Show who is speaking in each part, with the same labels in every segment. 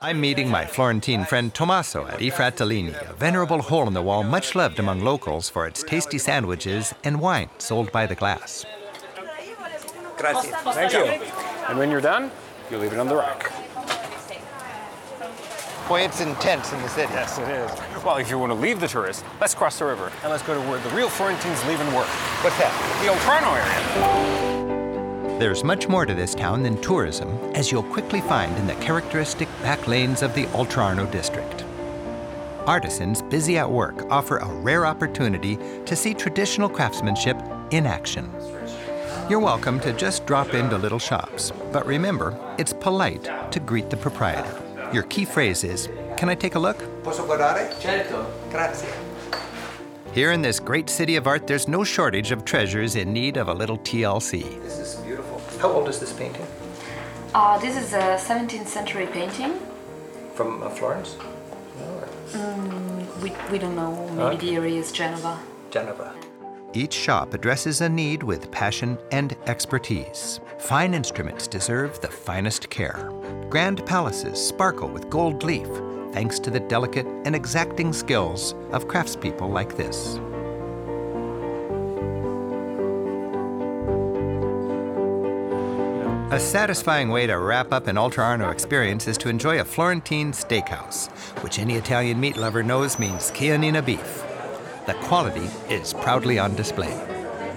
Speaker 1: I'm meeting my Florentine friend Tommaso at I Fratellini, a venerable hole in the wall much loved among locals for its tasty sandwiches and wine sold by the glass.
Speaker 2: Gracias.
Speaker 3: Thank you. And when you're done, you leave it on the rack.
Speaker 2: Boy, it's intense in the city.
Speaker 3: Yes, it is. Well, if you want to leave the tourists, let's cross the river and let's go to where the real Florentines live and work.
Speaker 2: What's that?
Speaker 3: The Oltrano area.
Speaker 1: There's much more to this town than tourism, as you'll quickly find in the characteristic back lanes of the Oltrarno district. Artisans busy at work offer a rare opportunity to see traditional craftsmanship in action. You're welcome to just drop into little shops, but remember, it's polite to greet the proprietor. Your key phrase is, Can I take a look?
Speaker 2: Posso guardare? Grazie.
Speaker 1: Here in this great city of art, there's no shortage of treasures in need of a little TLC.
Speaker 2: This is beautiful. How old is this painting?
Speaker 4: Uh, this is a 17th century painting.
Speaker 2: From uh, Florence?
Speaker 4: We, we don't know, maybe the area is Genova.
Speaker 2: Geneva.
Speaker 1: Each shop addresses a need with passion and expertise. Fine instruments deserve the finest care. Grand palaces sparkle with gold leaf thanks to the delicate and exacting skills of craftspeople like this. A satisfying way to wrap up an Oltrarno experience is to enjoy a Florentine steakhouse, which any Italian meat lover knows means Chianina beef. The quality is proudly on display.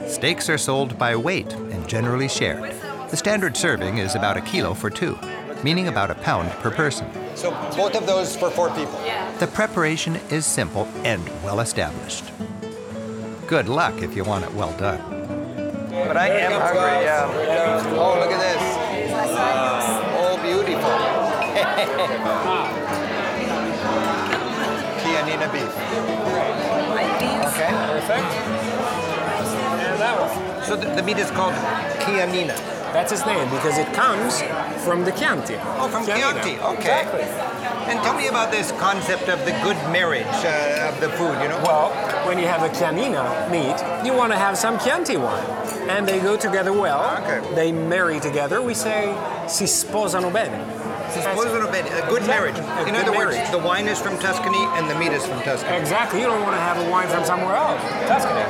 Speaker 1: Steaks are sold by weight and generally shared. The standard serving is about a kilo for two, meaning about a pound per person.
Speaker 2: So both of those for four people.
Speaker 1: The preparation is simple and well established. Good luck if you want it well done.
Speaker 2: But I am hungry, yeah. Oh, look at this. Oh, beautiful. Chianina beef. Okay.
Speaker 3: Perfect. And that one.
Speaker 2: So the, the meat is called Chianina.
Speaker 3: That's its name because it comes from the Chianti.
Speaker 2: Oh, from
Speaker 3: Chianina.
Speaker 2: Chianti. Okay. And tell me about this concept of the good marriage uh, of the food, you know?
Speaker 3: Well, when you have a Chianina meat, you want to have some Chianti wine. And they go together well.
Speaker 2: Okay.
Speaker 3: They marry together. We say si sposano bene.
Speaker 2: Si sposano bene, a good
Speaker 3: Exactly.
Speaker 2: marriage.
Speaker 3: A
Speaker 2: In
Speaker 3: good
Speaker 2: other words,
Speaker 3: marriage.
Speaker 2: the wine is from Tuscany and the meat is from Tuscany.
Speaker 3: Exactly. You don't want to have a wine from somewhere else. Tuscany.